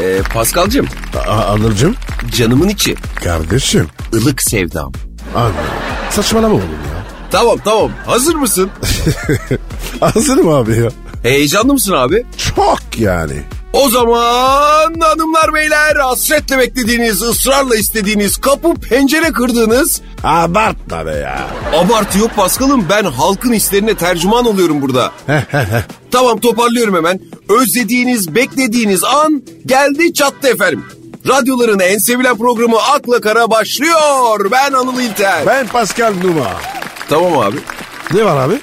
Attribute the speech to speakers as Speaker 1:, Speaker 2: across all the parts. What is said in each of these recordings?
Speaker 1: Ee, Paskal'cığım
Speaker 2: A- Anıl'cım
Speaker 1: canımın içi
Speaker 2: kardeşim
Speaker 1: ılık sevdam.
Speaker 2: anne saçmalama oğlum ya.
Speaker 1: Tamam tamam hazır mısın?
Speaker 2: Hazır mı abi ya?
Speaker 1: Heyecanlı mısın abi?
Speaker 2: Çok yani.
Speaker 1: O zaman hanımlar beyler hasretle beklediğiniz, ısrarla istediğiniz, kapı pencere kırdığınız...
Speaker 2: Abartma be ya.
Speaker 1: Abartı yok Paskal'ım ben halkın hislerine tercüman oluyorum burada.
Speaker 2: Heh, heh, heh.
Speaker 1: Tamam toparlıyorum hemen. Özlediğiniz, beklediğiniz an geldi çattı efendim. Radyoların en sevilen programı Akla Kara başlıyor. Ben Anıl İlter.
Speaker 2: ben Pascal Numa.
Speaker 1: Tamam abi.
Speaker 2: Ne var abi?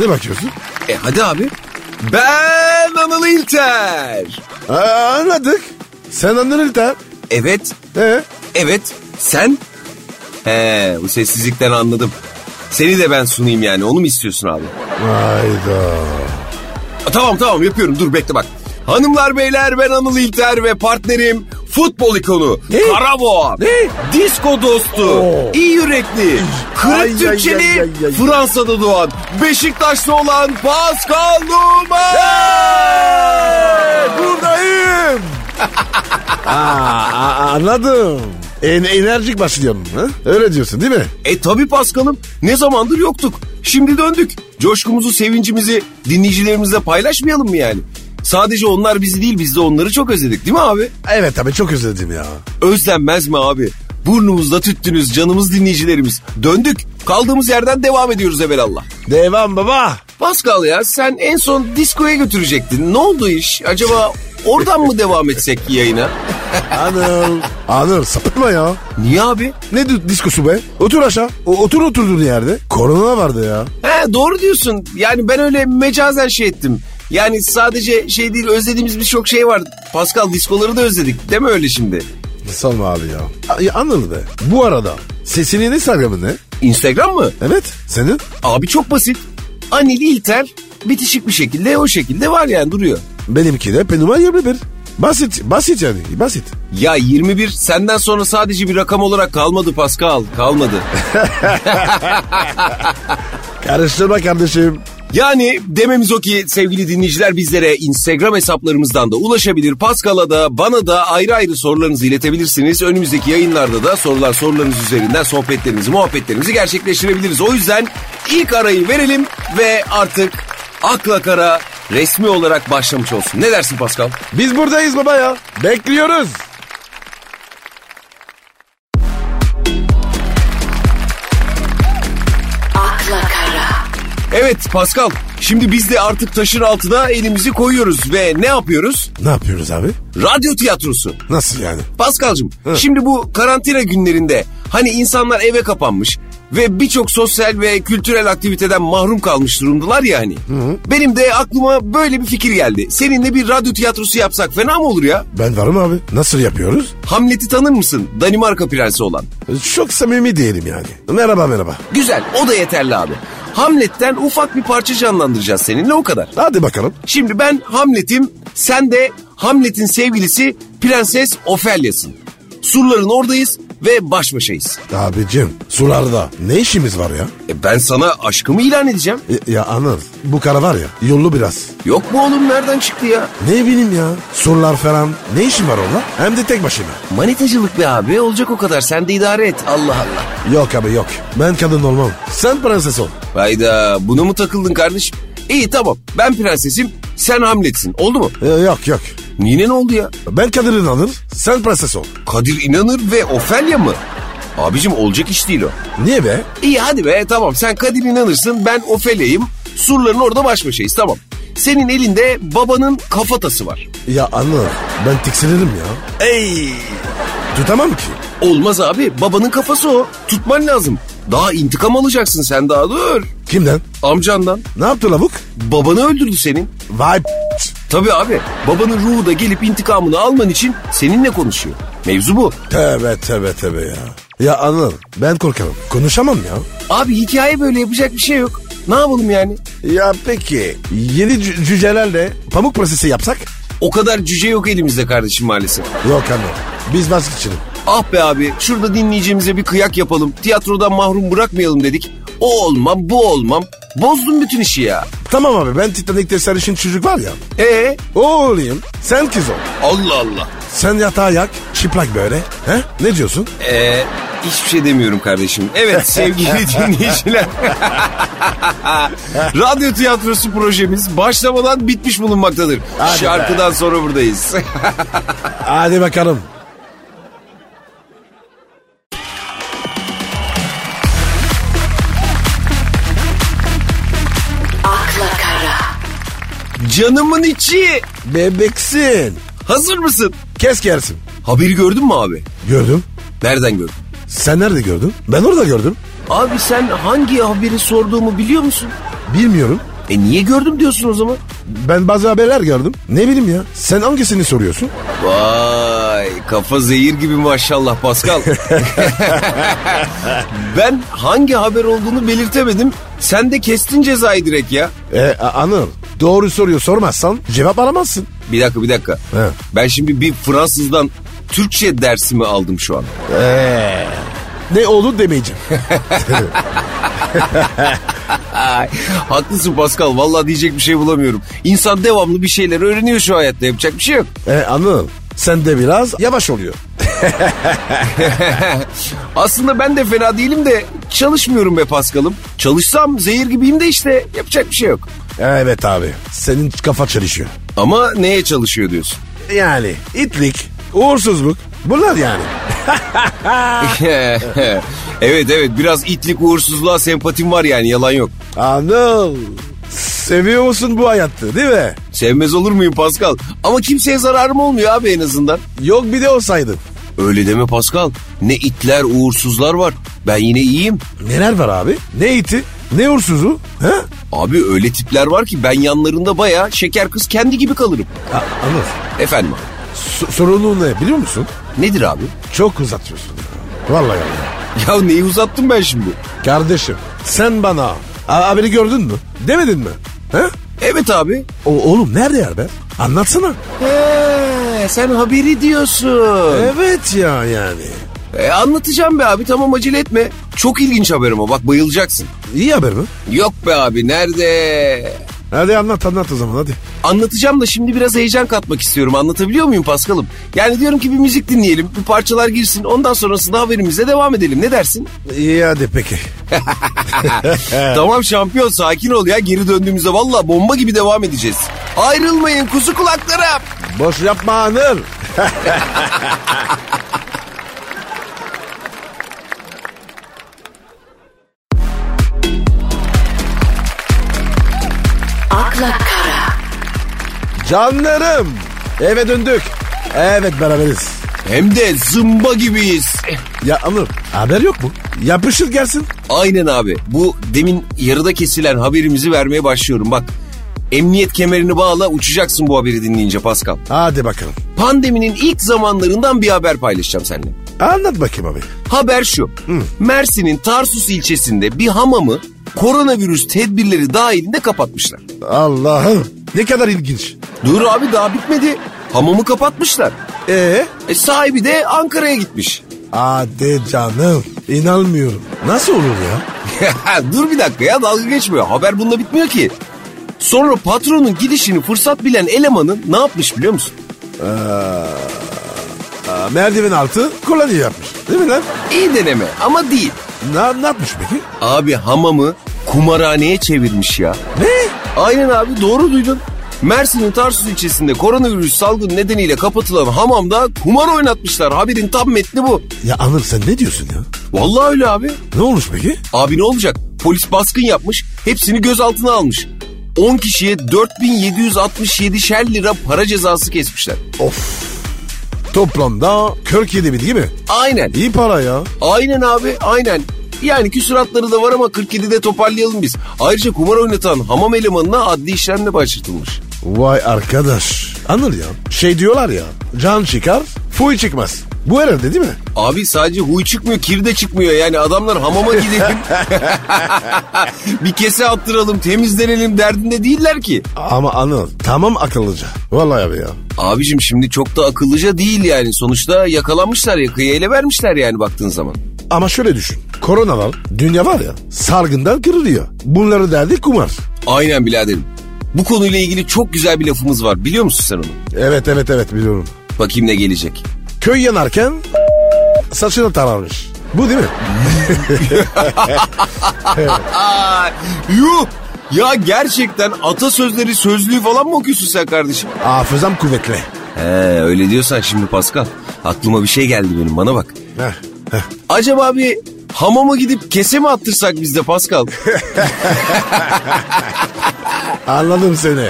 Speaker 2: Ne bakıyorsun?
Speaker 1: E hadi abi. Ben Anıl İlter.
Speaker 2: Aa, anladık. Sen anladın da.
Speaker 1: Evet,
Speaker 2: Ee,
Speaker 1: evet. Sen? He, bu sessizlikten anladım. Seni de ben sunayım yani. Onu mu istiyorsun abi?
Speaker 2: hayda.
Speaker 1: A, Tamam tamam yapıyorum dur bekle bak. Hanımlar beyler ben Anıl İlter ve partnerim futbol ikonu
Speaker 2: Ne?
Speaker 1: Karaboğa.
Speaker 2: Ne?
Speaker 1: Disko dostu,
Speaker 2: Oo.
Speaker 1: iyi yürekli,
Speaker 2: Ay,
Speaker 1: kırık
Speaker 2: ay, ay,
Speaker 1: Türkçeli,
Speaker 2: ay, ay.
Speaker 1: Fransa'da doğan, Beşiktaşlı olan Pascal Numa.
Speaker 2: Buradayım. aa, aa, anladım. En, enerjik başlıyorsun. Ha? Öyle diyorsun değil mi?
Speaker 1: E tabi Paskal'ım ne zamandır yoktuk. Şimdi döndük. Coşkumuzu, sevincimizi dinleyicilerimizle paylaşmayalım mı yani? Sadece onlar bizi değil biz de onları çok özledik değil mi abi?
Speaker 2: Evet abi çok özledim ya.
Speaker 1: Özlenmez mi abi? Burnumuzda tüttünüz canımız dinleyicilerimiz. Döndük. Kaldığımız yerden devam ediyoruz evelallah.
Speaker 2: Devam baba.
Speaker 1: Pascal ya sen en son diskoya götürecektin. Ne oldu iş? Acaba oradan mı devam etsek yayına?
Speaker 2: Anıl. Anıl sapıtma ya.
Speaker 1: Niye abi?
Speaker 2: Ne di- diskosu be? Otur aşağı. O, otur oturduğun yerde. Korona vardı ya.
Speaker 1: He doğru diyorsun. Yani ben öyle mecazen şey ettim. Yani sadece şey değil özlediğimiz birçok şey var. Pascal diskoları da özledik. Deme öyle şimdi.
Speaker 2: Salma abi ya. A- ya Anıl be. Bu arada sesinin Instagram'ı ne?
Speaker 1: Instagram mı?
Speaker 2: Evet. Senin?
Speaker 1: Abi çok basit. Anil İlter bitişik bir şekilde o şekilde var yani duruyor.
Speaker 2: Benimki de Penuma 21. Basit. Basit yani. Basit.
Speaker 1: Ya 21 senden sonra sadece bir rakam olarak kalmadı Pascal kalmadı.
Speaker 2: Karıştırma kardeşim.
Speaker 1: Yani dememiz o ki sevgili dinleyiciler bizlere Instagram hesaplarımızdan da ulaşabilir. Pascal'a da bana da ayrı ayrı sorularınızı iletebilirsiniz. Önümüzdeki yayınlarda da sorular sorularınız üzerinden sohbetlerimizi muhabbetlerimizi gerçekleştirebiliriz. O yüzden ilk arayı verelim ve artık akla kara resmi olarak başlamış olsun. Ne dersin Pascal?
Speaker 2: Biz buradayız baba ya. Bekliyoruz.
Speaker 3: akla kara,
Speaker 1: Evet Pascal şimdi biz de artık taşın altına elimizi koyuyoruz ve ne yapıyoruz?
Speaker 2: Ne yapıyoruz abi?
Speaker 1: Radyo tiyatrosu.
Speaker 2: Nasıl yani?
Speaker 1: Paskal'cığım şimdi bu karantina günlerinde hani insanlar eve kapanmış ve birçok sosyal ve kültürel aktiviteden mahrum kalmış durumdalar ya hani. Benim de aklıma böyle bir fikir geldi. Seninle bir radyo tiyatrosu yapsak fena mı olur ya?
Speaker 2: Ben varım abi. Nasıl yapıyoruz?
Speaker 1: Hamlet'i tanır mısın? Danimarka prensi olan.
Speaker 2: Çok samimi diyelim yani. Merhaba merhaba.
Speaker 1: Güzel o da yeterli abi. Hamlet'ten ufak bir parça canlandıracağız seninle o kadar.
Speaker 2: Hadi bakalım.
Speaker 1: Şimdi ben Hamlet'im, sen de Hamlet'in sevgilisi Prenses Ofelia'sın. Surların oradayız ve baş başayız.
Speaker 2: Abicim sularda ne işimiz var ya?
Speaker 1: E ben sana aşkımı ilan edeceğim.
Speaker 2: Ya, ya Anıl bu kara var ya yollu biraz.
Speaker 1: Yok mu oğlum nereden çıktı ya?
Speaker 2: Ne bileyim ya surlar falan ne işim var onunla? Hem de tek başıma.
Speaker 1: Manetacılık be abi olacak o kadar sen de idare et Allah Allah.
Speaker 2: Yok abi yok ben kadın olmam. Sen prenses ol.
Speaker 1: Hayda buna mı takıldın kardeşim? İyi tamam ben prensesim sen Hamlet'sin oldu mu?
Speaker 2: E, yok yok
Speaker 1: Yine ne oldu ya?
Speaker 2: ben kadının alır sen prenses ol.
Speaker 1: Kadir inanır ve Ofelya mı? Abicim olacak iş değil o.
Speaker 2: Niye be?
Speaker 1: İyi hadi be tamam sen Kadir inanırsın ben Ofelya'yım. Surların orada baş başayız tamam. Senin elinde babanın kafatası var.
Speaker 2: Ya Anıl ben tiksinirim ya.
Speaker 1: Ey!
Speaker 2: Tutamam ki.
Speaker 1: Olmaz abi babanın kafası o. Tutman lazım. Daha intikam alacaksın sen daha dur.
Speaker 2: Kimden?
Speaker 1: Amcandan.
Speaker 2: Ne yaptı lavuk?
Speaker 1: Babanı öldürdü senin.
Speaker 2: Vay p-
Speaker 1: Tabii abi babanın ruhu da gelip intikamını alman için seninle konuşuyor. Mevzu bu.
Speaker 2: Tövbe tövbe tövbe ya. Ya Anıl ben korkarım. Konuşamam ya.
Speaker 1: Abi hikaye böyle yapacak bir şey yok. Ne yapalım yani?
Speaker 2: Ya peki yeni cü- cücelerle pamuk prensesi yapsak?
Speaker 1: O kadar cüce yok elimizde kardeşim maalesef.
Speaker 2: Yok Anıl biz vazgeçelim.
Speaker 1: Ah be abi şurada dinleyicimize bir kıyak yapalım. Tiyatrodan mahrum bırakmayalım dedik. O olmam bu olmam. Bozdun bütün işi ya.
Speaker 2: Tamam abi ben Titanik'te sarışın çocuk var ya.
Speaker 1: E
Speaker 2: O olayım. Sen kız ol.
Speaker 1: Allah Allah.
Speaker 2: Sen yatağa yak. Çıplak böyle. He? Ne diyorsun? E,
Speaker 1: Ee, hiçbir şey demiyorum kardeşim. Evet sevgili dinleyiciler. Radyo tiyatrosu projemiz başlamadan bitmiş bulunmaktadır.
Speaker 2: Hadi be.
Speaker 1: Şarkıdan sonra buradayız.
Speaker 2: Hadi bakalım.
Speaker 3: akla kara,
Speaker 1: Canımın içi.
Speaker 2: Bebeksin.
Speaker 1: Hazır mısın?
Speaker 2: Kes gelsin.
Speaker 1: Haberi gördün mü abi?
Speaker 2: Gördüm.
Speaker 1: Nereden gördün?
Speaker 2: Sen nerede gördün? Ben orada gördüm.
Speaker 1: Abi sen hangi haberi sorduğumu biliyor musun?
Speaker 2: Bilmiyorum.
Speaker 1: E niye gördüm diyorsun o zaman?
Speaker 2: Ben bazı haberler gördüm. Ne bileyim ya. Sen hangisini soruyorsun?
Speaker 1: Vay kafa zehir gibi maşallah Pascal. ben hangi haber olduğunu belirtemedim. Sen de kestin cezayı direkt ya.
Speaker 2: E, A- Anıl. Doğru soruyu sormazsan cevap alamazsın.
Speaker 1: Bir dakika bir dakika.
Speaker 2: He.
Speaker 1: Ben şimdi bir Fransızdan Türkçe dersimi aldım şu an.
Speaker 2: Ne olur demeyeceğim.
Speaker 1: Ay, haklısın Pascal vallahi diyecek bir şey bulamıyorum. İnsan devamlı bir şeyler öğreniyor şu hayatta yapacak bir şey yok.
Speaker 2: E, Anıl. Sen de biraz yavaş oluyor.
Speaker 1: Aslında ben de fena değilim de çalışmıyorum be Pascal'ım. Çalışsam zehir gibiyim de işte yapacak bir şey yok.
Speaker 2: Evet abi. Senin kafa çalışıyor.
Speaker 1: Ama neye çalışıyor diyorsun?
Speaker 2: Yani itlik, uğursuzluk bunlar yani.
Speaker 1: evet evet biraz itlik uğursuzluğa sempatim var yani yalan yok.
Speaker 2: Anıl seviyor musun bu hayatı değil mi?
Speaker 1: Sevmez olur muyum Pascal? Ama kimseye zararım olmuyor abi en azından.
Speaker 2: Yok bir de olsaydın.
Speaker 1: Öyle deme Pascal. Ne itler uğursuzlar var. Ben yine iyiyim.
Speaker 2: Neler var abi? Ne iti? Ne uğursuzu? He?
Speaker 1: Abi öyle tipler var ki ben yanlarında baya şeker kız kendi gibi kalırım.
Speaker 2: A- Anıl
Speaker 1: Efendim abi,
Speaker 2: so- sorunun ne biliyor musun?
Speaker 1: nedir abi? Çok uzat.
Speaker 2: Atıyorsun. Vallahi yani.
Speaker 1: Ya neyi uzattım ben şimdi?
Speaker 2: Kardeşim sen bana a- haberi gördün mü? Demedin mi? He?
Speaker 1: Evet abi.
Speaker 2: O oğlum nerede yer be? Anlatsana.
Speaker 1: He, sen haberi diyorsun.
Speaker 2: Evet ya yani.
Speaker 1: E, anlatacağım be abi tamam acele etme. Çok ilginç haberim o bak bayılacaksın.
Speaker 2: İyi haber mi?
Speaker 1: Yok be abi nerede?
Speaker 2: Hadi anlat anlat o zaman hadi.
Speaker 1: Anlatacağım da şimdi biraz heyecan katmak istiyorum. Anlatabiliyor muyum Paskal'ım? Yani diyorum ki bir müzik dinleyelim, bir parçalar girsin. Ondan sonrasında haberimize devam edelim. Ne dersin?
Speaker 2: İyi hadi peki.
Speaker 1: Tamam şampiyon sakin ol ya. Geri döndüğümüzde valla bomba gibi devam edeceğiz. Ayrılmayın kuzu kulaklarım.
Speaker 2: Boş yapma Anıl.
Speaker 3: akla kara,
Speaker 2: Canlarım. Eve döndük. Evet beraberiz.
Speaker 1: Hem de zımba gibiyiz. Eh,
Speaker 2: Ya Anıl haber yok mu? Yapışır gelsin.
Speaker 1: Aynen abi. Bu demin yarıda kesilen haberimizi vermeye başlıyorum. Bak emniyet kemerini bağla uçacaksın bu haberi dinleyince Paskal.
Speaker 2: Hadi bakalım.
Speaker 1: Pandeminin ilk zamanlarından bir haber paylaşacağım seninle.
Speaker 2: Anlat bakayım abi.
Speaker 1: Haber şu. Mersin'in Tarsus ilçesinde bir hamamı koronavirüs tedbirleri dahilinde kapatmışlar.
Speaker 2: Allah'ım ne kadar ilginç.
Speaker 1: Dur abi daha bitmedi. Hamamı kapatmışlar.
Speaker 2: Ee?
Speaker 1: E sahibi de Ankara'ya gitmiş.
Speaker 2: Hadi canım. İnanmıyorum. Nasıl olur ya?
Speaker 1: Dur bir dakika ya dalga geçmiyor. Haber bununla bitmiyor ki. Sonra patronun gidişini fırsat bilen elemanın ne yapmış biliyor musun?
Speaker 2: Aa, merdiven altı kolonya yapmış. Değil mi lan?
Speaker 1: İyi deneme ama değil.
Speaker 2: Ne, ne yapmış peki?
Speaker 1: Abi hamamı kumarhaneye çevirmiş ya.
Speaker 2: Ne?
Speaker 1: Aynen abi doğru duydun. Mersin'in Tarsus ilçesinde koronavirüs salgını nedeniyle kapatılan hamamda kumar oynatmışlar. Haberin tam metni bu.
Speaker 2: Ya Anıl sen ne diyorsun ya?
Speaker 1: Vallahi öyle abi.
Speaker 2: Ne olmuş peki?
Speaker 1: Abi ne olacak? Polis baskın yapmış, hepsini gözaltına almış. 10 kişiye 4767 şer lira para cezası kesmişler.
Speaker 2: Of. Toplamda 47 bin değil mi?
Speaker 1: Aynen.
Speaker 2: İyi para ya.
Speaker 1: Aynen abi, aynen. Yani küsuratları da var ama 47'de toparlayalım biz. Ayrıca kumar oynatan hamam elemanına adli işlemle başlatılmış.
Speaker 2: Vay arkadaş. Anıl ya. Şey diyorlar ya. Can çıkar, fuy çıkmaz. Bu herhalde değil mi?
Speaker 1: Abi sadece huy çıkmıyor, kir de çıkmıyor. Yani adamlar hamama gidelim. bir kese attıralım, temizlenelim derdinde değiller ki.
Speaker 2: Ama Anıl tamam akıllıca. Vallahi abi ya.
Speaker 1: Abicim şimdi çok da akıllıca değil yani. Sonuçta yakalanmışlar ya, kıyı ele vermişler yani baktığın zaman.
Speaker 2: Ama şöyle düşün. Koronadan dünya var ya sargından kırılıyor. Bunları derdi kumar.
Speaker 1: Aynen biraderim. Bu konuyla ilgili çok güzel bir lafımız var. Biliyor musun sen onu?
Speaker 2: Evet evet evet biliyorum.
Speaker 1: Bakayım ne gelecek.
Speaker 2: Köy yanarken saçını tararmış. Bu değil mi?
Speaker 1: Aa, yuh! Ya gerçekten atasözleri sözlüğü falan mı okuyorsun sen kardeşim?
Speaker 2: Hafızam kuvvetli.
Speaker 1: He öyle diyorsan şimdi Pascal. Aklıma bir şey geldi benim bana bak.
Speaker 2: Heh, heh.
Speaker 1: Acaba bir hamama gidip kese mi attırsak biz de Pascal?
Speaker 2: Anladım seni.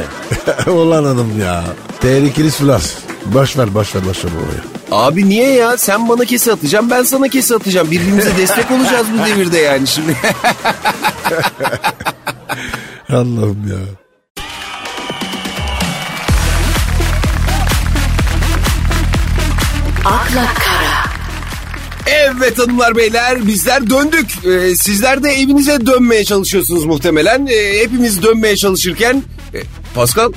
Speaker 2: Ulan hanım ya. Tehlikeli sular. Boş ver boş ver boş ver oraya.
Speaker 1: Abi niye ya? Sen bana kese atacağım ben sana kese atacağım. Birbirimize destek olacağız bu devirde yani şimdi.
Speaker 2: Allah'ım ya.
Speaker 3: akla kara,
Speaker 1: Evet hanımlar beyler bizler döndük. Ee, sizler de evinize dönmeye çalışıyorsunuz muhtemelen. Ee, hepimiz dönmeye çalışırken... Ee, Pascal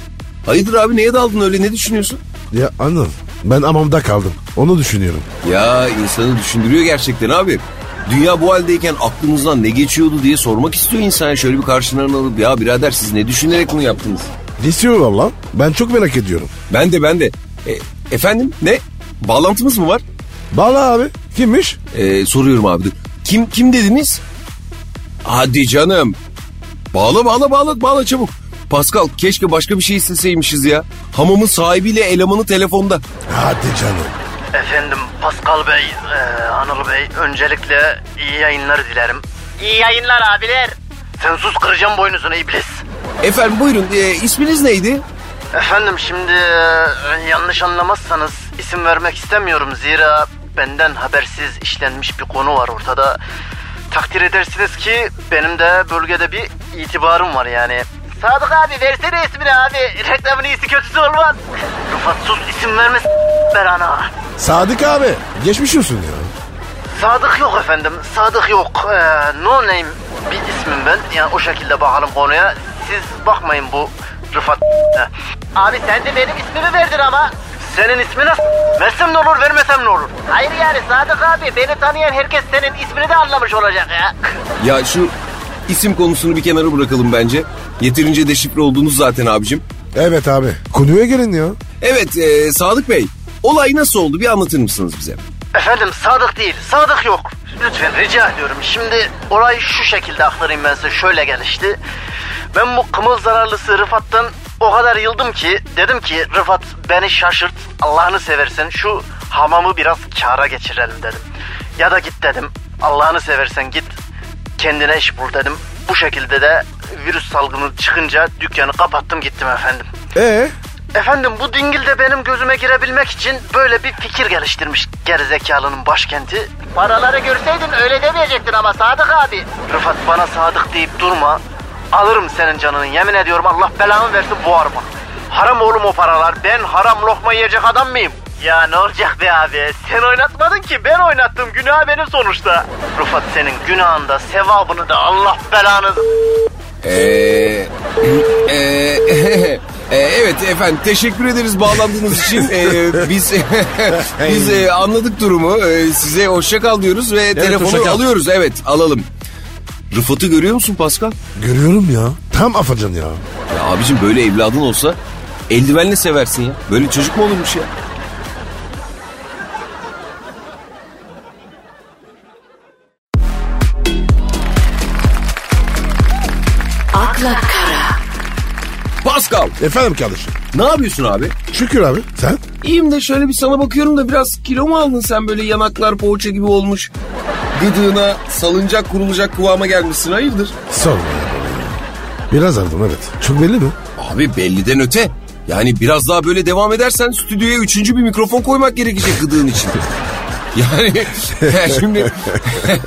Speaker 1: hayırdır abi neye daldın öyle ne düşünüyorsun?
Speaker 2: Ya anladım. Ben amamda kaldım. Onu düşünüyorum.
Speaker 1: Ya insanı düşündürüyor gerçekten abi. Dünya bu haldeyken aklımızdan ne geçiyordu diye sormak istiyor insan. Şöyle bir karşılarına alıp ya birader siz ne düşünerek bunu yaptınız?
Speaker 2: Geçiyor valla. Ben çok merak ediyorum.
Speaker 1: Ben de ben de. E, efendim ne? Bağlantımız mı var?
Speaker 2: Bala abi. Kimmiş?
Speaker 1: E, soruyorum abi. Dur. Kim kim dediniz? Hadi canım. Bağla bağla bağla bağla çabuk. Pascal keşke başka bir şey isteseymişiz ya. Hamamın sahibiyle elemanı telefonda.
Speaker 2: Hadi canım.
Speaker 4: Efendim Pascal Bey, eee, Anıl Bey öncelikle iyi yayınlar dilerim.
Speaker 5: İyi yayınlar abiler.
Speaker 4: Sen sus kıracağım boynuzunu iblis.
Speaker 1: Efendim buyurun e, isminiz neydi?
Speaker 4: Efendim şimdi eee, yanlış anlamazsanız isim vermek istemiyorum zira benden habersiz işlenmiş bir konu var ortada. Takdir edersiniz ki benim de bölgede bir itibarım var yani.
Speaker 5: Sadık abi versene ismini abi. Reklamın iyisi kötüsü olmaz.
Speaker 4: Rıfat sus isim verme s- ver ana.
Speaker 2: Sadık abi. Geçmiş olsun ya.
Speaker 4: Sadık yok efendim. Sadık yok. Ee, no name bir ismim ben. Yani o şekilde bakalım konuya. Siz bakmayın bu Rıfat.
Speaker 5: Abi sen de benim ismimi verdin ama.
Speaker 4: Senin ismi nasıl? Versem ne olur vermesem ne olur?
Speaker 5: Hayır yani Sadık abi beni tanıyan herkes senin ismini de anlamış olacak ya.
Speaker 1: Ya şu isim konusunu bir kenara bırakalım bence. Yeterince deşifre oldunuz zaten abicim.
Speaker 2: Evet abi. Konuya gelin ya.
Speaker 1: Evet e, Sadık Bey olay nasıl oldu bir anlatır mısınız bize?
Speaker 4: Efendim Sadık değil. Sadık yok. Lütfen rica ediyorum. Şimdi olay şu şekilde aktarayım ben size. Şöyle gelişti. Ben bu kımıl zararlısı Rıfat'tan o kadar yıldım ki dedim ki Rıfat beni şaşırt Allah'ını seversen şu hamamı biraz kâra geçirelim dedim. Ya da git dedim Allah'ını seversen git kendine iş bul dedim. Bu şekilde de virüs salgını çıkınca dükkanı kapattım gittim efendim.
Speaker 2: E
Speaker 4: Efendim bu dingil de benim gözüme girebilmek için böyle bir fikir geliştirmiş gerizekalının başkenti.
Speaker 5: Paraları görseydin öyle demeyecektin ama Sadık abi.
Speaker 4: Rıfat bana sadık deyip durma. Alırım senin canını yemin ediyorum Allah belanı versin boğarma. Haram oğlum o paralar ben haram lokma yiyecek adam mıyım? Ya ne olacak be abi sen oynatmadın ki ben oynattım günah benim sonuçta. Rıfat senin günahında sevabını da Allah belanı...
Speaker 1: Eee, eee, Ee, e, evet efendim teşekkür ederiz bağlandığınız için. Eee, biz biz eee, anladık durumu. Eee, size hoşça kal diyoruz ve telefonu
Speaker 2: hoşça kal.
Speaker 1: alıyoruz. Evet alalım. Rıfat'ı görüyor musun Pascal?
Speaker 2: görüyorum ya. Tam afacan ya.
Speaker 1: Ya abicim böyle evladın olsa eldivenle seversin ya. Böyle çocuk mu olurmuş ya?
Speaker 3: akla kara,
Speaker 1: Pascal
Speaker 2: Efendim kardeşim.
Speaker 1: ne yapıyorsun abi?
Speaker 2: Şükür abi. Sen?
Speaker 1: İyiyim de şöyle bir sana bakıyorum da biraz kilo mu aldın sen böyle yanaklar poğaça gibi olmuş. Gıdığına salıncak kurulacak kıvama gelmişsin hayırdır?
Speaker 2: Sorma ya. Biraz aldım evet. Çok belli mi?
Speaker 1: Abi belliden öte. Yani biraz daha böyle devam edersen stüdyoya üçüncü bir mikrofon koymak gerekecek gıdığın için. Yani şimdi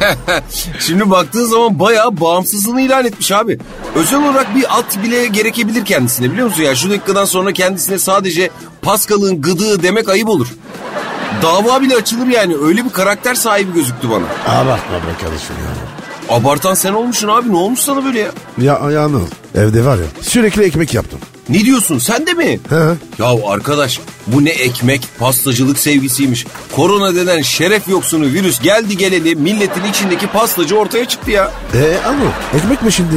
Speaker 1: şimdi baktığın zaman bayağı bağımsızlığını ilan etmiş abi. Özel olarak bir at bile gerekebilir kendisine biliyor musun? ya şu dakikadan sonra kendisine sadece Pascal'ın gıdığı demek ayıp olur. Dava bile açılır yani öyle bir karakter sahibi gözüktü bana.
Speaker 2: Abartma be kardeşim ya.
Speaker 1: Abartan sen olmuşsun abi ne olmuş sana böyle ya?
Speaker 2: Ya, ya Anıl, Evde var ya sürekli ekmek yaptım.
Speaker 1: Ne diyorsun sen de mi?
Speaker 2: He.
Speaker 1: Ya arkadaş bu ne ekmek pastacılık sevgisiymiş. Korona denen şeref yoksunu virüs geldi geleli milletin içindeki pastacı ortaya çıktı ya.
Speaker 2: E abi ekmek mi şimdi?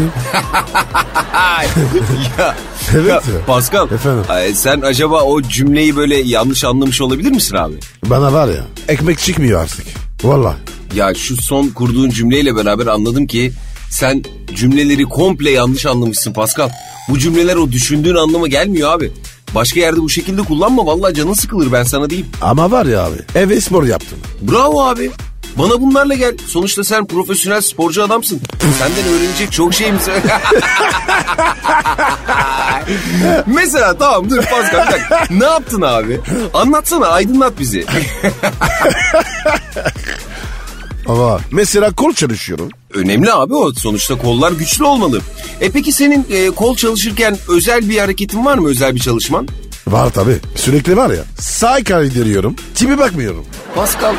Speaker 1: ya,
Speaker 2: Evet
Speaker 1: ya,
Speaker 2: ya.
Speaker 1: Pascal
Speaker 2: Efendim?
Speaker 1: ay, sen acaba o cümleyi böyle yanlış anlamış olabilir misin abi?
Speaker 2: Bana var ya ekmek çıkmıyor artık. Valla.
Speaker 1: Ya şu son kurduğun cümleyle beraber anladım ki sen cümleleri komple yanlış anlamışsın Pascal. Bu cümleler o düşündüğün anlama gelmiyor abi. Başka yerde bu şekilde kullanma vallahi canın sıkılır ben sana diyeyim.
Speaker 2: Ama var ya abi eve spor yaptım.
Speaker 1: Bravo abi. Bana bunlarla gel. Sonuçta sen profesyonel sporcu adamsın. Senden öğrenecek çok şeyimiz var. Mesela tamam dur Pascal bir dakika. Ne yaptın abi? Anlatsana aydınlat bizi.
Speaker 2: Ama mesela kol çalışıyorum.
Speaker 1: Önemli abi o. Sonuçta kollar güçlü olmalı. E peki senin e, kol çalışırken özel bir hareketin var mı? Özel bir çalışman?
Speaker 2: Var tabi. Sürekli var ya. Sağ kaydırıyorum. Tipi bakmıyorum.
Speaker 1: Pascal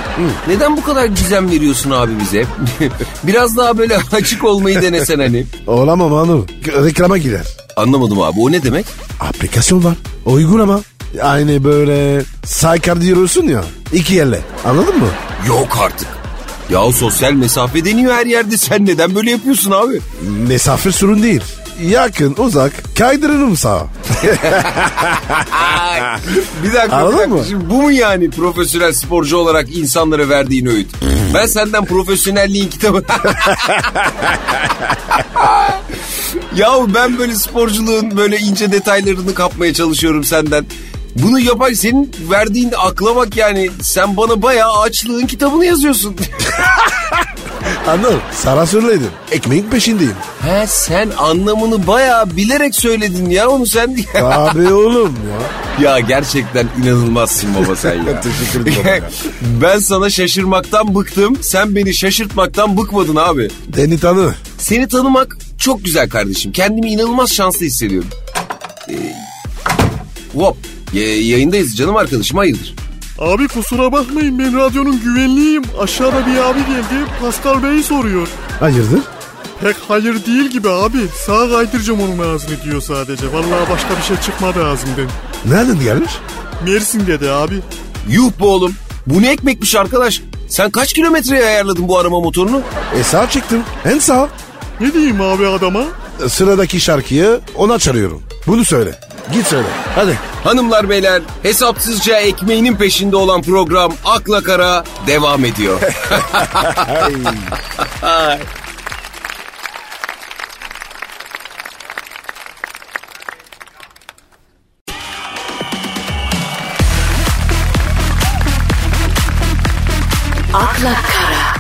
Speaker 1: neden bu kadar gizem veriyorsun abi bize? Biraz daha böyle açık olmayı denesen hani.
Speaker 2: Olamam hanım. Reklama girer.
Speaker 1: Anlamadım abi o ne demek?
Speaker 2: Aplikasyon var. Uygulama. Aynı böyle sağ kaydırıyorsun ya. iki elle. Anladın mı?
Speaker 1: Yok artık. Ya sosyal mesafe deniyor her yerde. Sen neden böyle yapıyorsun abi?
Speaker 2: Mesafe sorun değil. Yakın uzak kaydırırım sağa.
Speaker 1: Ay, bir dakika,
Speaker 2: Anladın
Speaker 1: bir dakika.
Speaker 2: mı?
Speaker 1: Şimdi bu mu yani profesyonel sporcu olarak insanlara verdiğin öğüt? ben senden profesyonelliğin kitabı... Yahu ben böyle sporculuğun böyle ince detaylarını kapmaya çalışıyorum senden. Bunu yapar senin verdiğin akla bak yani. Sen bana bayağı açlığın kitabını yazıyorsun.
Speaker 2: Anladın? Sana söyledim. Ekmeğin peşindeyim.
Speaker 1: He sen anlamını bayağı bilerek söyledin ya onu sen.
Speaker 2: Abi oğlum ya.
Speaker 1: Ya gerçekten inanılmazsın baba sen ya.
Speaker 2: Teşekkür ederim baba ya.
Speaker 1: ben sana şaşırmaktan bıktım. Sen beni şaşırtmaktan bıkmadın abi.
Speaker 2: Beni tanı.
Speaker 1: Seni tanımak çok güzel kardeşim. Kendimi inanılmaz şanslı hissediyorum. Ee, hop. Ya- yayındayız canım arkadaşım hayırdır?
Speaker 6: Abi kusura bakmayın ben radyonun güvenliğim. Aşağıda bir abi geldi Pascal Bey'i soruyor.
Speaker 2: Hayırdır?
Speaker 6: Pek hayır değil gibi abi. Sağa kaydıracağım onun ağzını diyor sadece. Vallahi başka bir şey çıkmadı ağzımdan.
Speaker 2: Nereden gelmiş?
Speaker 6: Mersin dedi abi.
Speaker 1: Yuh be oğlum. Bu ne ekmekmiş arkadaş? Sen kaç kilometreye ayarladın bu arama motorunu?
Speaker 2: E sağ çıktım. En sağ. e,
Speaker 6: Ne diyeyim abi adama?
Speaker 2: Sıradaki şarkıyı ona çağırıyorum. Bunu söyle. Git söyle. Hadi.
Speaker 1: Hanımlar beyler hesapsızca ekmeğinin peşinde olan program Akla Kara devam ediyor.
Speaker 3: akla kara,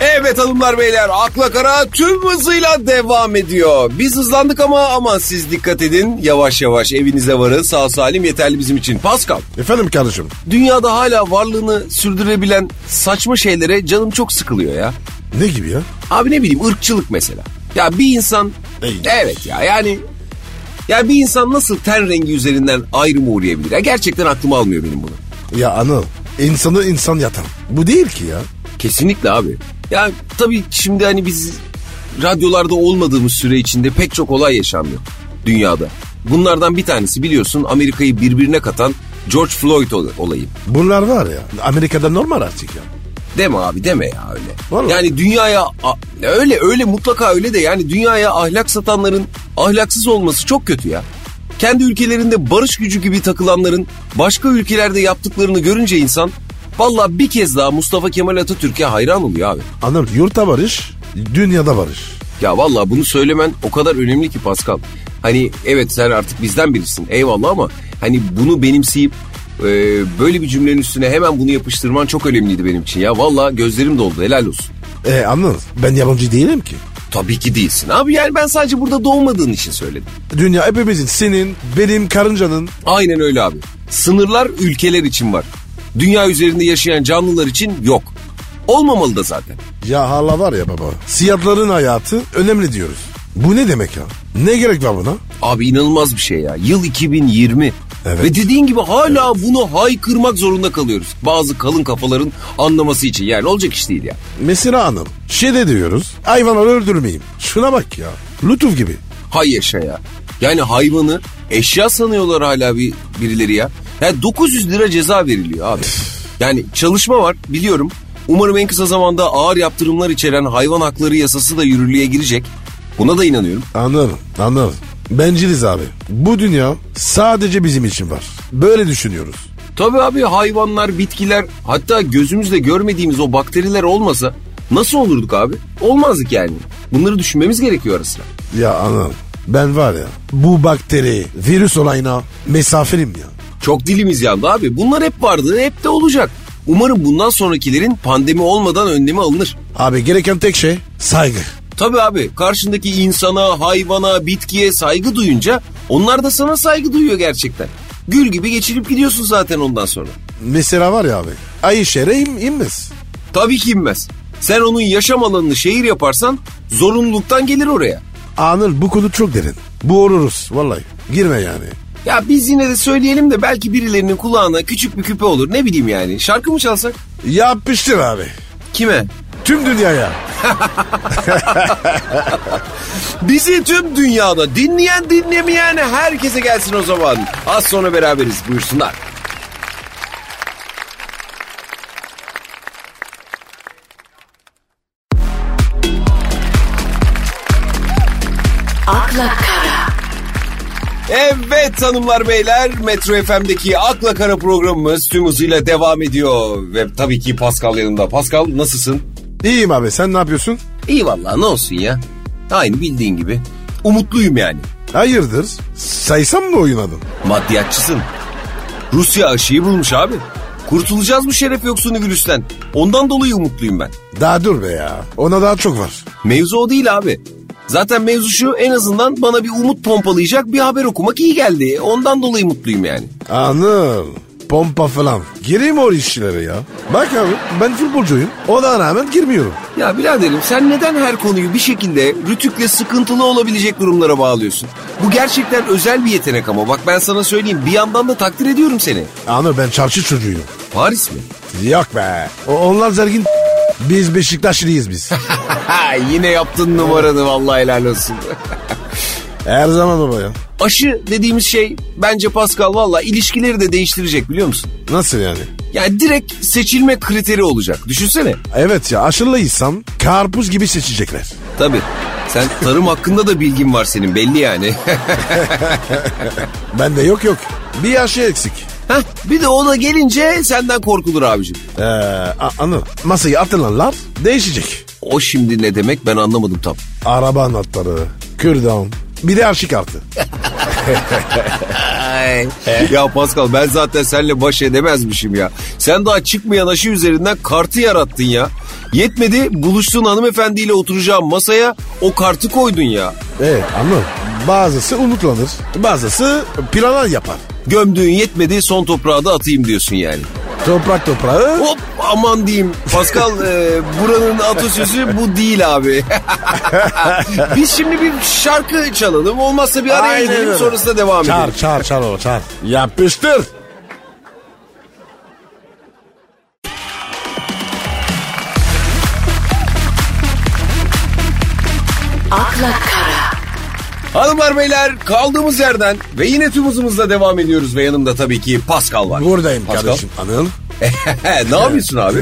Speaker 1: Evet hanımlar beyler akla kara tüm hızıyla devam ediyor. Biz hızlandık ama aman siz dikkat edin. Yavaş yavaş evinize varın sağ salim yeterli bizim için. Pascal
Speaker 2: Efendim kardeşim.
Speaker 1: dünyada hala varlığını sürdürebilen saçma şeylere canım çok sıkılıyor ya.
Speaker 2: Ne gibi ya?
Speaker 1: Abi ne bileyim ırkçılık mesela. Ya bir insan
Speaker 2: Değil.
Speaker 1: evet ya yani ya bir insan nasıl ten rengi üzerinden ayrıma uğrayabilir? Ya gerçekten aklım almıyor benim bunu.
Speaker 2: Ya Anıl. insanı insan yatan. Bu değil ki ya.
Speaker 1: Kesinlikle abi. Ya tabii şimdi hani biz radyolarda olmadığımız süre içinde pek çok olay yaşandı dünyada. Bunlardan bir tanesi biliyorsun Amerika'yı birbirine katan George Floyd ol- olayı.
Speaker 2: Bunlar var ya. Amerika'da normal artık ya.
Speaker 1: Deme abi deme ya öyle.
Speaker 2: Vallahi.
Speaker 1: Yani dünyaya a- öyle öyle mutlaka öyle de yani dünyaya ahlak satanların ahlaksız olması çok kötü ya. Kendi ülkelerinde barış gücü gibi takılanların başka ülkelerde yaptıklarını görünce insan valla bir kez daha Mustafa Kemal Atatürk'e hayran oluyor abi.
Speaker 2: Anıl yurtta barış, dünyada barış.
Speaker 1: Ya vallahi bunu söylemen o kadar önemli ki Pascal. Hani evet sen artık bizden birisin eyvallah ama hani bunu benimseyip e, böyle bir cümlenin üstüne hemen bunu yapıştırman çok önemliydi benim için. Ya vallahi gözlerim doldu helal olsun.
Speaker 2: E Anıl ben yabancı değilim ki.
Speaker 1: Tabii ki değilsin abi yani ben sadece burada doğmadığın için söyledim.
Speaker 2: Dünya hepimizin senin, benim, karıncanın.
Speaker 1: Aynen öyle abi. Sınırlar ülkeler için var. Dünya üzerinde yaşayan canlılar için yok. Olmamalı da zaten.
Speaker 2: Ya hala var ya baba. Siyahların hayatı önemli diyoruz. Bu ne demek ya? Ne gerek var buna?
Speaker 1: Abi inanılmaz bir şey ya. Yıl 2020.
Speaker 2: Evet.
Speaker 1: Ve dediğin gibi hala bunu haykırmak zorunda kalıyoruz. Bazı kalın kafaların anlaması için. Yani olacak iş değil ya.
Speaker 2: Mesela Anıl şey de diyoruz. Hayvanları öldürmeyeyim. Şuna bak ya. Lütuf gibi.
Speaker 1: Hay yaşa ya. Yani hayvanı eşya sanıyorlar hala bir birileri ya. Yani 900 lira ceza veriliyor abi. Yani çalışma var biliyorum. Umarım en kısa zamanda ağır yaptırımlar içeren hayvan hakları yasası da yürürlüğe girecek. Buna da inanıyorum.
Speaker 2: Anladım anladım. Benciliz abi. Bu dünya sadece bizim için var. Böyle düşünüyoruz.
Speaker 1: Tabii abi hayvanlar, bitkiler hatta gözümüzle görmediğimiz o bakteriler olmasa nasıl olurduk abi? Olmazdık yani. Bunları düşünmemiz gerekiyor ara sıra.
Speaker 2: Ya anam ben var ya bu bakteri virüs olayına mesafelim ya.
Speaker 1: Çok dilimiz yandı abi. Bunlar hep vardı, hep de olacak. Umarım bundan sonrakilerin pandemi olmadan önlemi alınır.
Speaker 2: Abi gereken tek şey saygı.
Speaker 1: Tabii abi karşındaki insana, hayvana, bitkiye saygı duyunca onlar da sana saygı duyuyor gerçekten. Gül gibi geçirip gidiyorsun zaten ondan sonra.
Speaker 2: Mesela var ya abi Ayşe're in, inmez.
Speaker 1: Tabii ki inmez. Sen onun yaşam alanını şehir yaparsan zorunluluktan gelir oraya.
Speaker 2: Anıl bu konu çok derin. Boğuluruz vallahi. Girme yani.
Speaker 1: Ya biz yine de söyleyelim de belki birilerinin kulağına küçük bir küpe olur ne bileyim yani. Şarkı mı çalsak?
Speaker 2: Yapıştır abi.
Speaker 1: Kime?
Speaker 2: Tüm dünyaya.
Speaker 1: Bizi tüm dünyada dinleyen dinlemeyen herkese gelsin o zaman. Az sonra beraberiz buyursunlar.
Speaker 3: akla kara,
Speaker 1: Evet hanımlar beyler Metro FM'deki Akla Kara programımız tüm hızıyla devam ediyor. Ve tabii ki Pascal yanımda. Pascal nasılsın?
Speaker 2: İyiyim abi sen ne yapıyorsun?
Speaker 1: İyi vallahi ne olsun ya. Aynı bildiğin gibi. Umutluyum yani.
Speaker 2: Hayırdır? Saysam mı oynadın?
Speaker 1: Maddiyatçısın. Rusya aşıyı bulmuş abi. Kurtulacağız bu şeref yoksunu virüsten. Ondan dolayı umutluyum ben.
Speaker 2: Daha dur be ya. Ona daha çok var.
Speaker 1: Mevzu o değil abi. Zaten mevzu şu en azından bana bir umut pompalayacak bir haber okumak iyi geldi. Ondan dolayı mutluyum yani.
Speaker 2: Anıl. Pompa falan. Gireyim o işlere ya. Bak abi ben futbolcuyum. Ona rağmen girmiyorum.
Speaker 1: Ya biraderim sen neden her konuyu bir şekilde rütükle sıkıntılı olabilecek durumlara bağlıyorsun? Bu gerçekten özel bir yetenek ama bak ben sana söyleyeyim bir yandan da takdir ediyorum seni.
Speaker 2: Anıl ben çarşı çocuğuyum.
Speaker 1: Paris mi?
Speaker 2: Yok be. O- onlar zergin biz Beşiktaşlıyız biz.
Speaker 1: Ha yine yaptın numaranı vallahi helal olsun.
Speaker 2: Her zaman baba ya.
Speaker 1: Aşı dediğimiz şey bence Pascal valla ilişkileri de değiştirecek biliyor musun?
Speaker 2: Nasıl yani?
Speaker 1: Yani direkt seçilme kriteri olacak. Düşünsene.
Speaker 2: Evet ya aşırılıysam karpuz gibi seçecekler.
Speaker 1: Tabii. Sen tarım hakkında da bilgin var senin belli yani.
Speaker 2: Bende yok yok. Bir yaşı eksik.
Speaker 1: Heh, bir de ona gelince senden korkulur abicim.
Speaker 2: Ee, a- Anıl masayı atılanlar değişecek.
Speaker 1: O şimdi ne demek ben anlamadım tam.
Speaker 2: Araba anahtarı, kürdan, bir de arşi kartı.
Speaker 1: ya Pascal ben zaten seninle baş edemezmişim ya. Sen daha çıkmayan aşı üzerinden kartı yarattın ya. Yetmedi buluştuğun hanımefendiyle oturacağım masaya o kartı koydun ya.
Speaker 2: Evet Anıl Ee, bazısı umutlanır, bazısı planlar yapar.
Speaker 1: Gömdüğün yetmedi son toprağa da atayım diyorsun yani.
Speaker 2: Toprak toprağı
Speaker 1: Hop aman diyeyim. Pascal e, buranın atasözü bu değil abi. Biz şimdi bir şarkı çalalım. Olmazsa bir araya
Speaker 2: Aynen
Speaker 1: gidelim
Speaker 2: öyle.
Speaker 1: sonrasında devam
Speaker 2: çar
Speaker 1: edelim.
Speaker 2: çar çar o çar. Yapıştır.
Speaker 3: akla kara,
Speaker 1: Hanımlar beyler kaldığımız yerden ve yine tüm hızımızla devam ediyoruz ve yanımda tabii ki Pascal var.
Speaker 2: Buradayım
Speaker 1: Pascal.
Speaker 2: kardeşim Anıl.
Speaker 1: ne yapıyorsun abi?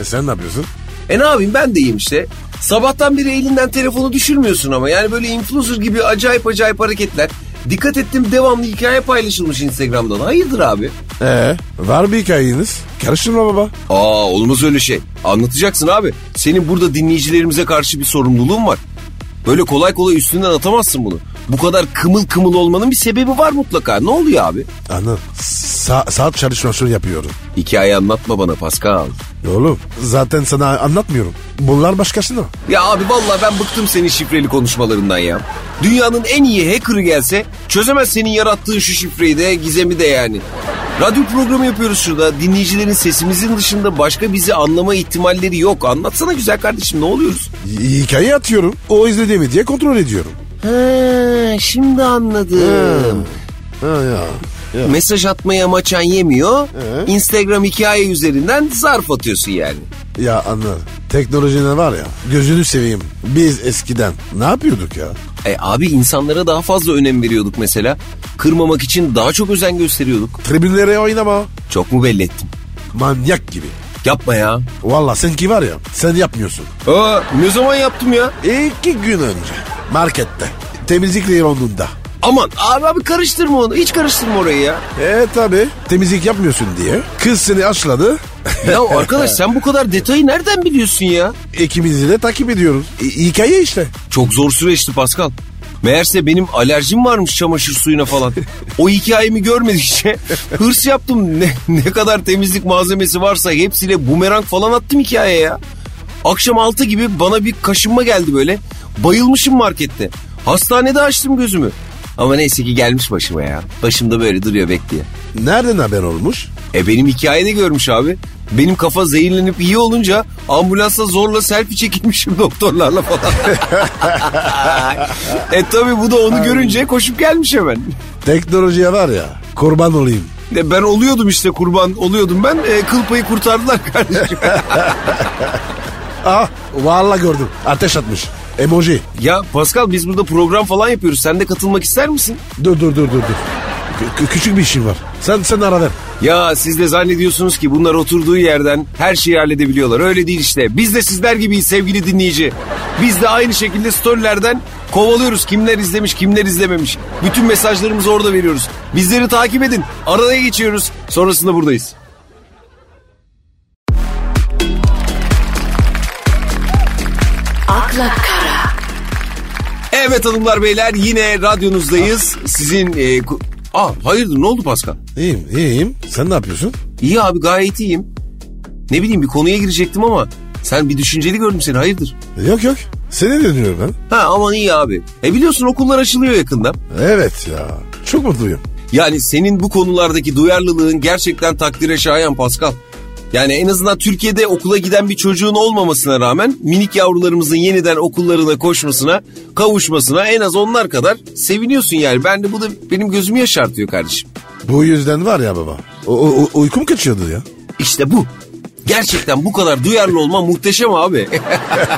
Speaker 2: E sen ne yapıyorsun?
Speaker 1: E ne yapayım ben de iyiyim işte. Sabahtan beri elinden telefonu düşürmüyorsun ama yani böyle influencer gibi acayip acayip hareketler. Dikkat ettim devamlı hikaye paylaşılmış Instagram'dan. Hayırdır abi?
Speaker 2: Ee, var bir hikayeniz. Karıştırma baba.
Speaker 1: Aa olmaz öyle şey. Anlatacaksın abi. Senin burada dinleyicilerimize karşı bir sorumluluğun var. Böyle kolay kolay üstünden atamazsın bunu. Bu kadar kımıl kımıl olmanın bir sebebi var mutlaka. Ne oluyor abi?
Speaker 2: Anıl sa- saat çalışmasını yapıyorum.
Speaker 1: Hikaye anlatma bana Pascal.
Speaker 2: Oğlum zaten sana anlatmıyorum. Bunlar başkasına.
Speaker 1: Ya abi vallahi ben bıktım senin şifreli konuşmalarından ya. Dünyanın en iyi hacker'ı gelse çözemez senin yarattığın şu şifreyi de gizemi de yani. Radyo programı yapıyoruz şurada. Dinleyicilerin sesimizin dışında başka bizi anlama ihtimalleri yok. Anlatsana güzel kardeşim ne oluyoruz?
Speaker 2: Y- hikaye atıyorum. O izledi mi diye kontrol ediyorum.
Speaker 1: He, şimdi anladım.
Speaker 2: Ha ya.
Speaker 1: Mesaj atmaya maçan yemiyor. Instagram hikaye üzerinden zarf atıyorsun yani.
Speaker 2: Ya Anıl teknolojine var ya gözünü seveyim. Biz eskiden ne yapıyorduk ya?
Speaker 1: E abi insanlara daha fazla önem veriyorduk mesela. Kırmamak için daha çok özen gösteriyorduk.
Speaker 2: Tribünlere oynama.
Speaker 1: Çok mu belli ettim?
Speaker 2: Manyak gibi.
Speaker 1: Yapma ya.
Speaker 2: Valla sen ki var ya sen yapmıyorsun.
Speaker 1: Aa ne zaman yaptım ya?
Speaker 2: İki gün önce markette temizlik reyonunda.
Speaker 1: Aman abi, abi karıştırma onu. Hiç karıştırma orayı ya.
Speaker 2: E tabi temizlik yapmıyorsun diye. Kız seni aşladı.
Speaker 1: Ya arkadaş sen bu kadar detayı nereden biliyorsun ya?
Speaker 2: İkimizi de takip ediyoruz. E, hikaye işte.
Speaker 1: Çok zor süreçti Pascal. Meğerse benim alerjim varmış çamaşır suyuna falan. O hikayemi görmedikçe hırs yaptım. Ne, ne kadar temizlik malzemesi varsa hepsiyle bumerang falan attım hikayeye ya. Akşam 6 gibi bana bir kaşınma geldi böyle. Bayılmışım markette. Hastanede açtım gözümü. Ama neyse ki gelmiş başıma ya. Başımda böyle duruyor bekliyor.
Speaker 2: Nereden haber olmuş?
Speaker 1: E benim hikayede görmüş abi. Benim kafa zehirlenip iyi olunca ambulansa zorla selfie çekilmişim doktorlarla falan. e tabi bu da onu görünce koşup gelmiş hemen.
Speaker 2: Teknolojiye var ya kurban olayım.
Speaker 1: E, Ben oluyordum işte kurban oluyordum ben. E, kıl payı kurtardılar kardeşim.
Speaker 2: Ah valla gördüm ateş atmış. Emoji.
Speaker 1: ya Pascal biz burada program falan yapıyoruz. Sen de katılmak ister misin?
Speaker 2: Dur dur dur dur. dur. Kü- kü- küçük bir işim var. Sen sen ara ver.
Speaker 1: Ya siz de zannediyorsunuz ki bunlar oturduğu yerden her şeyi halledebiliyorlar. Öyle değil işte. Biz de sizler gibiyiz sevgili dinleyici. Biz de aynı şekilde storylerden kovalıyoruz. Kimler izlemiş, kimler izlememiş. Bütün mesajlarımızı orada veriyoruz. Bizleri takip edin. Araya geçiyoruz. Sonrasında buradayız.
Speaker 3: akla kara,
Speaker 1: Evet hanımlar beyler yine radyonuzdayız. Sizin... E, ku- Aa hayırdır ne oldu Pascal?
Speaker 2: İyiyim iyiyim. Sen ne yapıyorsun?
Speaker 1: İyi abi gayet iyiyim. Ne bileyim bir konuya girecektim ama sen bir düşünceli gördüm seni hayırdır?
Speaker 2: Yok yok. Seni dinliyorum ben.
Speaker 1: Ha aman iyi abi. E biliyorsun okullar açılıyor yakında.
Speaker 2: Evet ya. Çok mutluyum.
Speaker 1: Yani senin bu konulardaki duyarlılığın gerçekten takdire şayan Pascal. Yani en azından Türkiye'de okula giden bir çocuğun olmamasına rağmen minik yavrularımızın yeniden okullarına koşmasına, kavuşmasına en az onlar kadar seviniyorsun yani. Ben de bu da benim gözümü yaşartıyor kardeşim.
Speaker 2: Bu yüzden var ya baba. O, o- o- uykum kaçıyordu ya.
Speaker 1: İşte bu. Gerçekten bu kadar duyarlı olma muhteşem abi.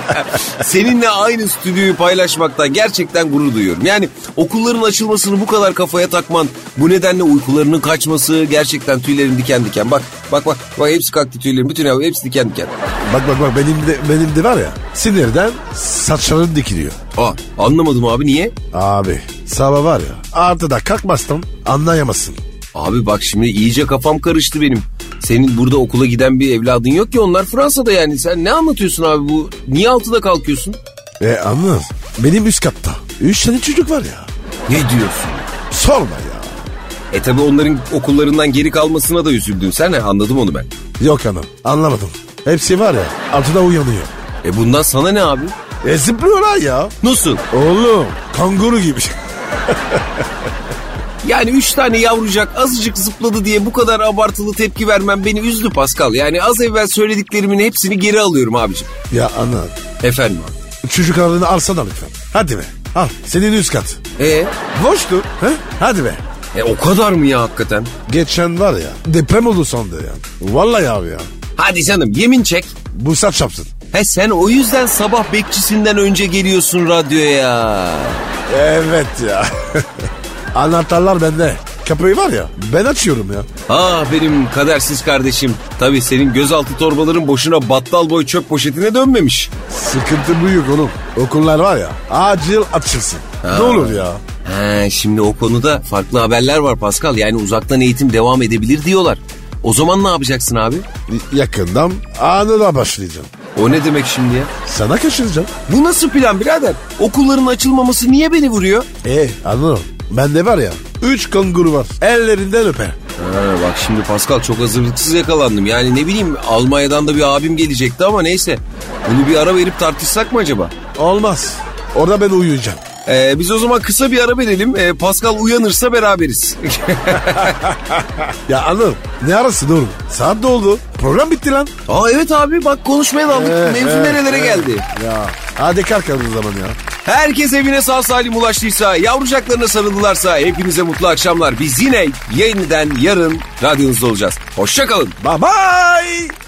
Speaker 1: Seninle aynı stüdyoyu paylaşmaktan gerçekten gurur duyuyorum. Yani okulların açılmasını bu kadar kafaya takman, bu nedenle uykularının kaçması gerçekten tüylerim diken diken. Bak, bak, bak, bak hepsi kalktı tüylerim, bütün ev hepsi diken diken.
Speaker 2: Bak bak bak benim de, benim de var ya. Sinirden saçlarım dikiliyor.
Speaker 1: Aa, anlamadım abi niye?
Speaker 2: Abi sabah var ya. Artıda kalkmazsam anlayamazsın.
Speaker 1: Abi bak şimdi iyice kafam karıştı benim. Senin burada okula giden bir evladın yok ki onlar Fransa'da yani. Sen ne anlatıyorsun abi bu? Niye altıda kalkıyorsun?
Speaker 2: E anladın. Benim üst katta. Üç tane çocuk var ya.
Speaker 1: Ne diyorsun?
Speaker 2: Sorma ya.
Speaker 1: E tabi onların okullarından geri kalmasına da üzüldüm. Sen ne anladım onu ben.
Speaker 2: Yok anam anlamadım. Hepsi var ya altına uyanıyor.
Speaker 1: E bundan sana ne abi?
Speaker 2: E zıplıyorlar ya.
Speaker 1: Nasıl?
Speaker 2: Oğlum kanguru gibi.
Speaker 1: Yani üç tane yavrucak azıcık zıpladı diye bu kadar abartılı tepki vermem beni üzdü Pascal. Yani az evvel söylediklerimin hepsini geri alıyorum abicim.
Speaker 2: ya anam
Speaker 1: Efendim abi.
Speaker 2: çocuklarını alsana lütfen. Hadi be al senin üst kat.
Speaker 1: E,
Speaker 2: Boştu. He? Hadi be.
Speaker 1: e o kadar mı ya hakikaten?
Speaker 2: Geçen var ya deprem oldu sandı ya. Vallahi abi ya.
Speaker 1: Hadi canım yemin çek.
Speaker 2: Bu saç çapsın.
Speaker 1: He sen o yüzden sabah bekçisinden önce geliyorsun radyoya.
Speaker 2: Evet ya. Anahtarlar bende. Kapıyı var ya ben açıyorum ya.
Speaker 1: Ah benim kadersiz kardeşim. Tabii senin gözaltı torbaların boşuna battal boy çöp poşetine dönmemiş.
Speaker 2: Sıkıntı büyük oğlum. Okullar var ya acil açılsın. Ne olur ya.
Speaker 1: He, şimdi o konuda farklı haberler var Pascal. Yani uzaktan eğitim devam edebilir diyorlar. O zaman ne yapacaksın abi?
Speaker 2: Yakından anına başlayacağım.
Speaker 1: O ne demek şimdi ya?
Speaker 2: Sana kaçıracağım.
Speaker 1: Bu nasıl plan birader? Okulların açılmaması niye beni vuruyor?
Speaker 2: E anladım. Bende var ya. Üç kanguru var. Ellerinden öper.
Speaker 1: Ha, bak şimdi Pascal çok hazırlıksız yakalandım. Yani ne bileyim Almanya'dan da bir abim gelecekti ama neyse. Bunu bir ara verip tartışsak mı acaba?
Speaker 2: Olmaz. Orada ben uyuyacağım.
Speaker 1: Ee, biz o zaman kısa bir ara verelim. Ee, Pascal uyanırsa beraberiz.
Speaker 2: Ya anladım. Ne arası doğru? Saat doldu. Program bitti lan.
Speaker 1: Aa evet abi bak konuşmaya daldık. Mevzu nerelere geldi?
Speaker 2: Ya hadi kalkalım o zaman ya.
Speaker 1: Herkes evine sağ salim ulaştıysa, yavrucaklarına sarıldılarsa hepinize mutlu akşamlar. Biz yine yeniden yarın radyonuzda olacağız. Hoşçakalın.
Speaker 2: Bye bye.